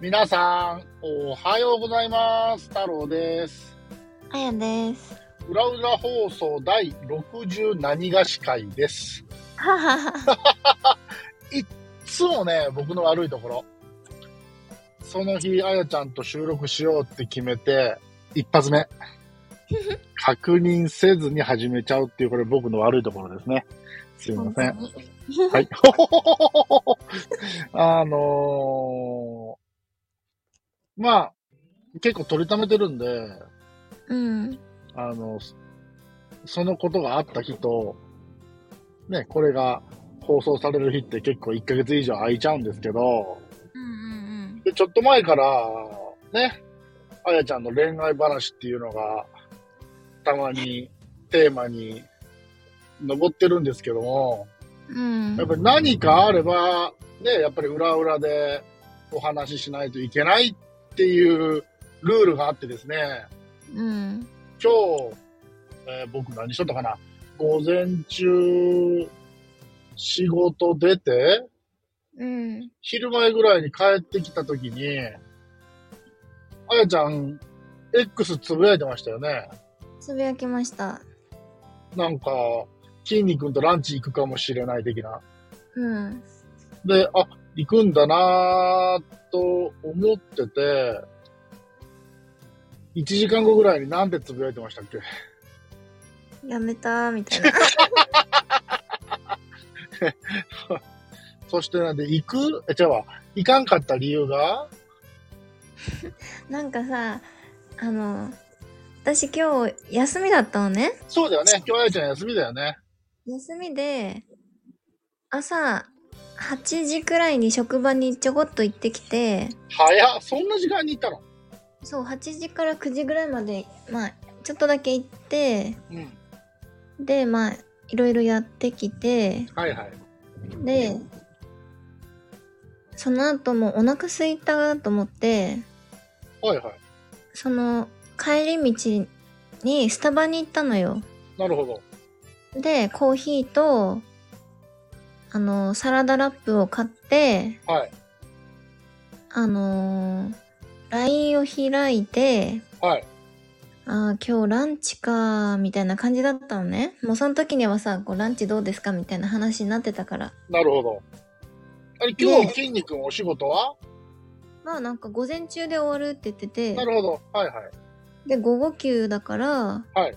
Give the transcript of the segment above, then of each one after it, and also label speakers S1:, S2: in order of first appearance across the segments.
S1: 皆さん、おはようございます。太郎です。
S2: あやです。
S1: うらうら放送第60何がし会です。
S2: ははは。
S1: いつもね、僕の悪いところ。その日、あやちゃんと収録しようって決めて、一発目。確認せずに始めちゃうっていう、これ僕の悪いところですね。すいません。はい。 あのーまあ、結構取りためてるんで、
S2: うん。
S1: あの、そそのことがあった日と、ね、これが放送される日って結構1ヶ月以上空いちゃうんですけど、
S2: うん
S1: で、ちょっと前から、ね、あやちゃんの恋愛話っていうのが、たまにテーマに上ってるんですけども、
S2: うんうん。
S1: やっぱり何かあれば、ね、やっぱり裏裏でお話ししないといけないっていうルールがあってですね、
S2: うん。
S1: 今日、えー僕何しとったかな午前中、仕事出て、
S2: うん。
S1: 昼前ぐらいに帰ってきた時に、あやちゃん、X つぶやいてましたよね。
S2: つぶやきました。
S1: なんか、筋肉とランチ行くかもしれない的な。
S2: うん。
S1: で、あ、行くんだなーと思ってて、1時間後ぐらいになんてつぶやいてましたっけ
S2: やめた みたいな。
S1: そしてなんで、行くえ、違うわ。行かんかった理由が
S2: なんかさ、あの、私今日休みだったのね。
S1: そうだよね。今日あやちゃん休みだよね。
S2: 休みで、朝8時くらいに職場にちょこっと行ってきて、
S1: 早っそんな時間に行ったの
S2: そう、8時から9時ぐらいまで、まあ、ちょっとだけ行って、
S1: うん。
S2: で、まあ、いろいろやってきて、
S1: はいはい。
S2: でその後もお腹すいたなと思って
S1: はいはい。
S2: その帰り道にスタバに行ったのよ
S1: なるほど。
S2: でコーヒーとあのサラダラップを買って
S1: はい。
S2: あのー LINE を開いて
S1: はい。
S2: あー今日ランチかーみたいな感じだったのねもうその時にはさこうランチどうですかみたいな話になってたから
S1: なるほど。あれ、今日、筋肉のお仕事は
S2: まあなんか午前中で終わるって言ってて
S1: なるほど。はいはい。
S2: で午後休だから、
S1: はい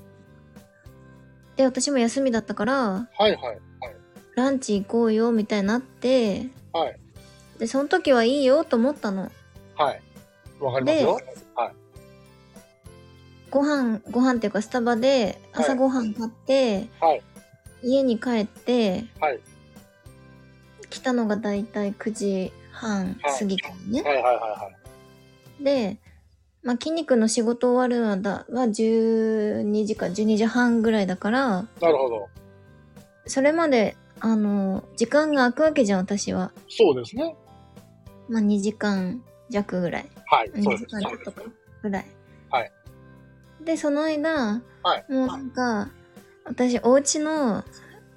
S2: で私も休みだったから
S1: はいはい。はい。
S2: ランチ行こうよみたいになって
S1: はい。
S2: でその時はいいよと思ったの
S1: はい。わかりますよ。はい。
S2: ご飯ご飯っていうかスタバで
S1: はい
S2: 朝ごはん買って、
S1: はい
S2: 家に帰って、
S1: はい
S2: 来たのがだいたい9時半過ぎからね、
S1: はいはいはいはい。
S2: で、まあ、筋肉の仕事終わるのだは12時か12時半ぐらいだから
S1: なるほど。
S2: それまであの時間が空くわけじゃん私は
S1: そうですね。
S2: まあ、2時間弱ぐらい。
S1: はい。
S2: 2
S1: そう
S2: 時
S1: です。
S2: 間
S1: そ
S2: ち
S1: うです
S2: ょっとかぐらい。
S1: はい。
S2: で、その間、
S1: はい
S2: もうなんか、私、お家の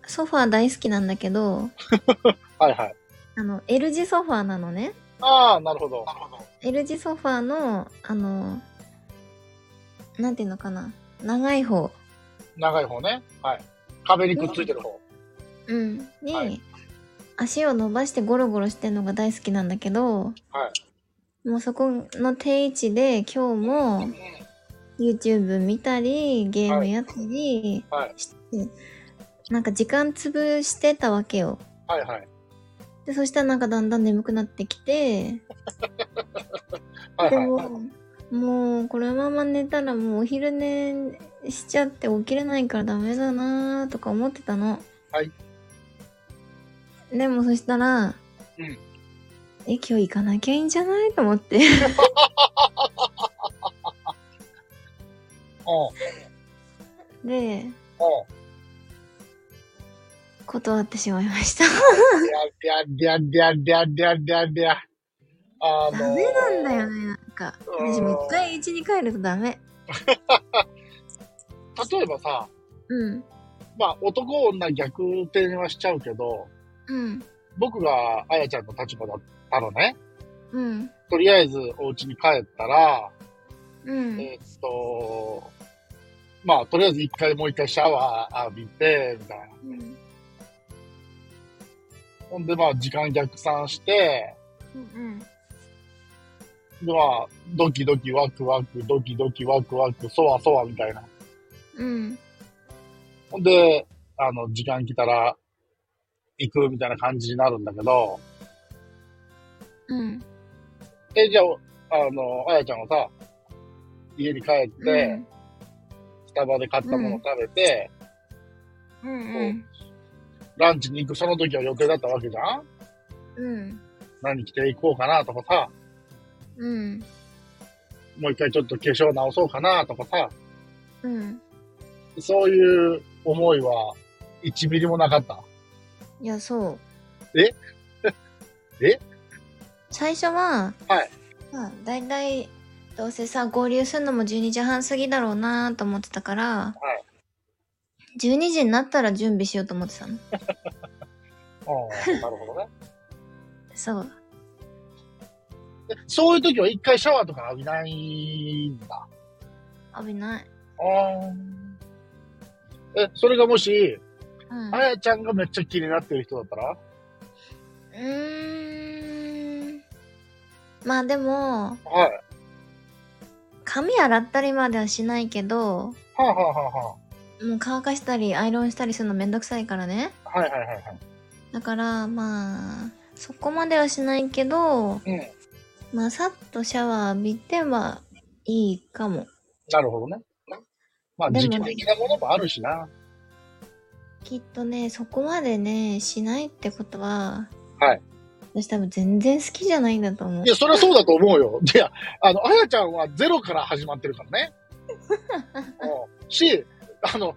S2: ソファー大好きなんだけど、
S1: はいはい。
S2: あの、L 字ソファーなのね。
S1: ああ、なるほど。
S2: L 字ソファーの、あの、なんていうのかな。長い方。
S1: 長い方ね。はい。壁にくっついてる方。
S2: うん。に、
S1: はい
S2: 足を伸ばしてゴロゴロしてるのが大好きなんだけど、
S1: は
S2: もうそこの定位置で今日も、YouTube 見たりゲームやったり
S1: はい
S2: して、なんか時間潰してたわけよ
S1: はいはい。
S2: でそしたらなんかだんだん眠くなってきて
S1: はい
S2: で
S1: はい。
S2: ももうこのまま寝たらもうお昼寝しちゃって起きれないからダメだなーとか思ってたの
S1: はい
S2: でもそしたら、
S1: うん
S2: え今日行かなきゃいいんじゃないと思って
S1: うん。
S2: で
S1: うん。
S2: 断ってしまいました
S1: りゃりゃりゃりゃりゃりゃりゃ。あ
S2: ダメなんだよねなんか
S1: うん
S2: 私もう一回家に帰るとダメ
S1: 例えばさ、
S2: うん
S1: まあ男女逆転はしちゃうけど、
S2: うん
S1: 僕があやちゃんの立場だったのね。
S2: うん。
S1: とりあえずお家に帰ったら、
S2: うん。
S1: えーっと、まあ、とりあえず一回もう一回シャワー浴びて、みたいな。
S2: うん。
S1: ほんで、まあ、時間逆算して、
S2: うん。
S1: で、まあ、ドキドキワクワク、ドキドキワクワク、そわそわみたいな。
S2: うん。
S1: ほんで、あの、時間来たら、行くみたいな感じになるんだけど、
S2: うん。
S1: え、じゃあ、あの、あやちゃんはさ、家に帰って、スタバで買ったもの食べて、
S2: うん。うん。
S1: ランチに行くその時は予定だったわけじゃん
S2: うん。
S1: 何着て行こうかなとかさ、
S2: うん。
S1: もう一回ちょっと化粧直そうかなとかさ、
S2: うん。
S1: そういう思いは1ミリもなかった。
S2: いや、そう。
S1: え え
S2: 最初は、
S1: はい。
S2: まあ、だいたい、どうせさ、合流するのも12時半過ぎだろうなと思ってたから、12時になったら準備しようと思ってたの。
S1: うん、なるほどね。
S2: そう。
S1: でそういう時は一回シャワーとか浴びないんだ。
S2: 危ない。
S1: え、それがもし、
S2: うん。
S1: あやちゃんがめっちゃ気になってる人だったら
S2: うーん。まあでも、
S1: はい。
S2: 髪洗ったりまではしないけど、
S1: はあ、はあは
S2: もう乾かしたりアイロンしたりするのめんどくさいからね。
S1: あはあ、はいはいはいはい。
S2: だからまあ、そこまではしないけど、
S1: うん。
S2: まあさっとシャワー浴びてはいいかも。
S1: なるほどね。まあ、
S2: でも
S1: 時期的なものもあるしな。
S2: きっとね、そこまでね、しないってことは、
S1: はい。
S2: 私多分全然好きじゃないんだと思う
S1: い。や、そりゃそうだと思うよ。 いや、あの、あやちゃんはゼロから始まってるから ね。うんし、あの、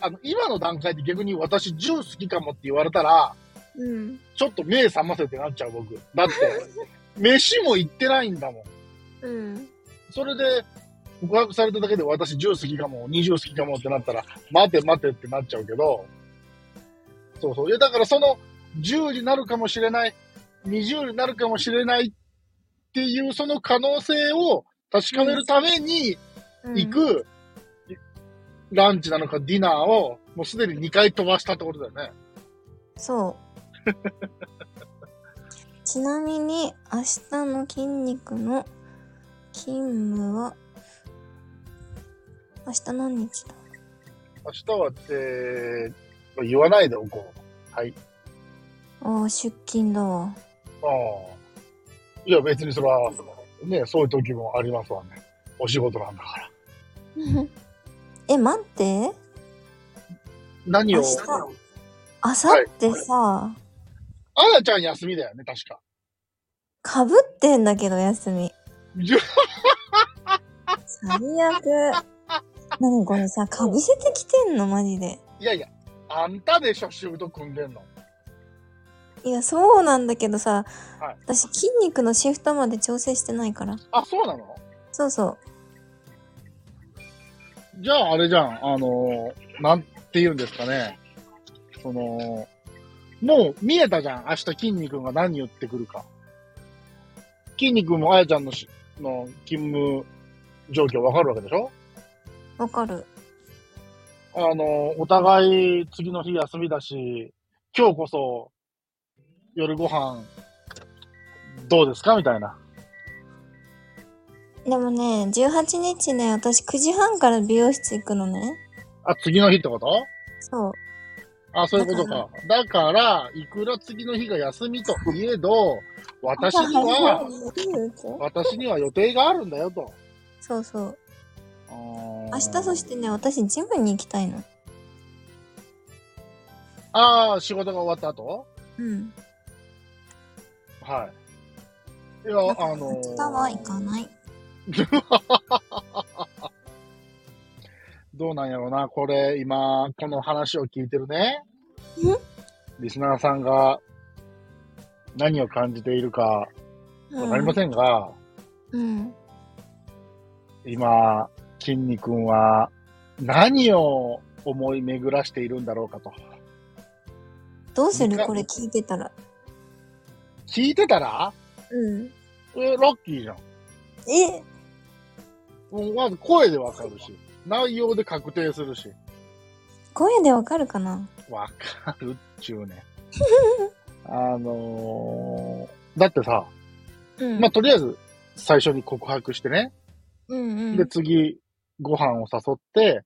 S1: あの、今の段階で逆に私ジュー好きかもって言われたら、
S2: うん。
S1: ちょっと目覚ませてなっちゃう僕。だ って、飯も行ってないんだもん。
S2: うん。
S1: それで、告白されただけで私10好きかも、20好きかもってなったら、待て待てってなっちゃうけど、そうそう。いや、だからその10になるかもしれない、20になるかもしれないっていうその可能性を確かめるために
S2: うん
S1: 行く、ランチなのかディナーをもうすでに2回飛ばしたってことだよね。
S2: そう。ちなみに、明日の筋肉の勤務は、明日何日だ
S1: 明日はって、まあ言わないでおこう。
S2: ああ、出勤だわ。
S1: ああ。いや、別にそれは、ね、そういう時もありますわね。お仕事なんだから。
S2: え、待って。
S1: 何
S2: 明
S1: を
S2: 日。あさってさ、
S1: あやちゃん休みだよね、確か。
S2: かぶってんだけど、休み。
S1: じゅ
S2: 最悪。何これさ、かぶせてきてんのマジで。
S1: いやいや、あんたでしょ、シフト組んでんの。
S2: いや、そうなんだけどさ、
S1: はい
S2: 私筋肉のシフトまで調整してないから。
S1: あ、そうなの
S2: そうそう。
S1: じゃあ、あれじゃん、あのーなんて言うんですかね。その、もう見えたじゃん、明日、筋肉が何言ってくるか。筋肉もあやちゃんのしの勤務状況わかるわけでしょ
S2: わかる。
S1: あの、お互い次の日休みだし、今日こそ夜ご飯どうですかみたいな。
S2: でもね、18日ね、私9時半から美容室行くのね。
S1: あ、次の日ってこと
S2: そう。
S1: あ、そういうことか。だから、いくら次の日が休みといえ ど、私には、私には予定があるんだよと。
S2: そうそう。
S1: 明
S2: 明日そしてね、私ジムに行きたいの。
S1: ああ、仕事が終わった後
S2: うん。
S1: はい。いや、
S2: だから
S1: あの
S2: 明日は行かない。
S1: どうなんやろうな、これ、今、この話を聞いてるね。リスナーさんが何を感じているかわ
S2: うん
S1: かりませんが、
S2: うん。
S1: 今、筋肉君は何を思い巡らしているんだろうかと。
S2: どうするこれ聞いてたら。
S1: 聞いてたら
S2: うん。
S1: え、ラッキーじゃん。
S3: え
S1: もうまず声でわかるし、内容で確定するし、
S3: 声でわかるかな
S1: わかるっちゅうね。あのー、だってさ、
S2: うん。
S1: まあ、とりあえず最初に告白してね、
S2: うんうん。
S1: で、次、ご飯を誘って、
S2: うん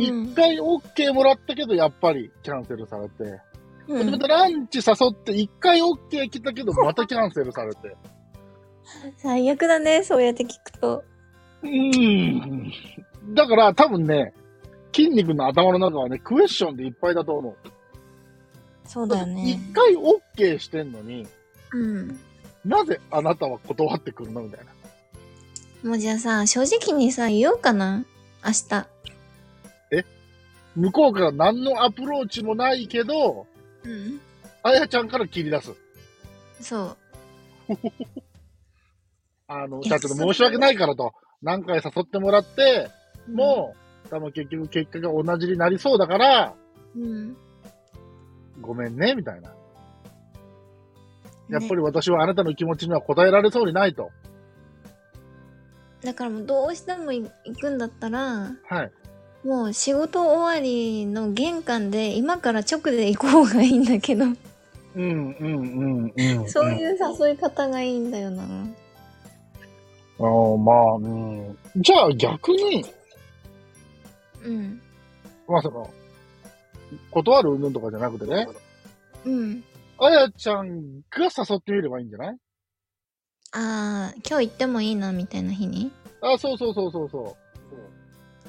S1: 一回 OK もらったけど、やっぱりキャンセルされて、
S2: う
S1: ま
S2: ん
S1: たランチ誘って、一回 OK 来たけど、またキャンセルされて。
S3: 最悪だね、そうやって聞くと。
S1: うーん。だから、多分ね、筋肉の頭の中はね、クエスチョンでいっぱいだと思う。
S3: そうだよね。
S1: 一回 OK してんのに、
S2: うん。
S1: なぜあなたは断ってくるのみたいな。
S2: もうじゃあさ、正直にさ、言おうかな。明日。
S1: 向こうから何のアプローチもないけど、
S2: うん。
S1: あやちゃんから切り出す。
S2: そう。
S1: あの、
S3: え
S1: だけど申し訳ないからと、何回誘ってもらって、もう、多分結局結果が同じになりそうだから、
S2: うん。
S1: ごめんね、みたいな。やっぱ
S3: ね
S1: り私はあなたの気持ちには応えられそうにないと。
S2: だからもうどうしてもい行くんだった
S1: は
S2: ら、
S1: い。
S2: もう仕事終わりの玄関で今から直で行こうがいいんだけど、
S1: うんうんうんうん。
S2: そう
S1: う
S2: い
S1: ん。
S2: う誘い方がいいんだよな。
S1: あーまあ、うん。じゃあ逆に、
S2: うん。
S1: まあその、断る云々とかじゃなくてね、
S2: うん。
S1: あやちゃんが誘ってみればいいんじゃない
S2: ああ、今日行ってもいいなみたいな日に。
S1: あ、そうそうそうそうそ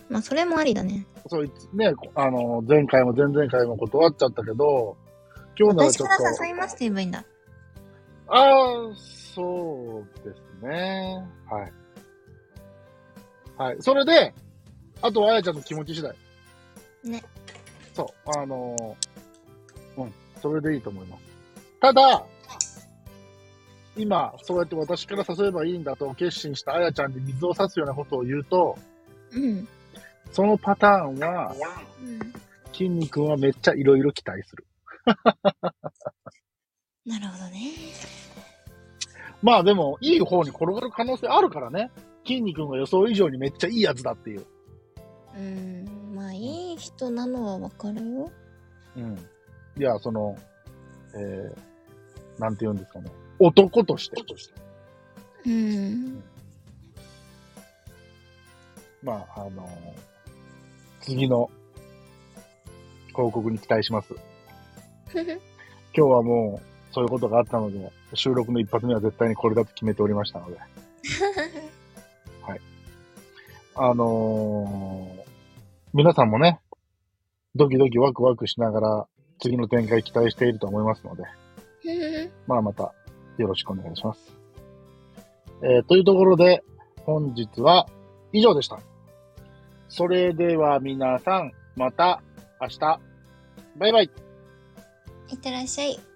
S1: う。
S2: まあそれもありだね。
S1: そういつね、こあの、前回も前々回も断っちゃったけど、今日なら
S2: 私
S1: ちょ
S2: か
S1: っ
S2: ら誘いますっ
S1: と。
S2: て言えばいいんだ。
S1: ああ、そうですね。はい。はい。それで、あとはあやちゃんの気持ち次第。
S2: ね。
S1: そう、あのーうん、それでいいと思います。ただ、今、そうやって私から誘えばいいんだと決心したあやちゃんに水を差すようなことを言うと、
S2: うん。
S1: そのパターンは、
S2: うん。
S1: 筋肉はめっちゃいろいろ期待する。
S2: なるほどね。
S1: まあでも、いい方に転がる可能性あるからね。筋肉が予想以上にめっちゃいいやつだっていう。
S2: うん。まあいい人なのはわかるよ。
S1: うん。いや、その、えー、なんて言うんですかね。男として。
S2: うん。
S1: まあ、あの次の広告に期待します。 今日はもう、そういうことがあったので、収録の一発目は絶対にこれだと決めておりましたので。あのー皆さんもね、ドキドキワクワクしながら、次の展開期待していると思いますので、まあまた、よろしくお願いします。えーというところで、本日は以上でした。それでは皆さん、また明日、バイバイ
S2: いってらっしゃい。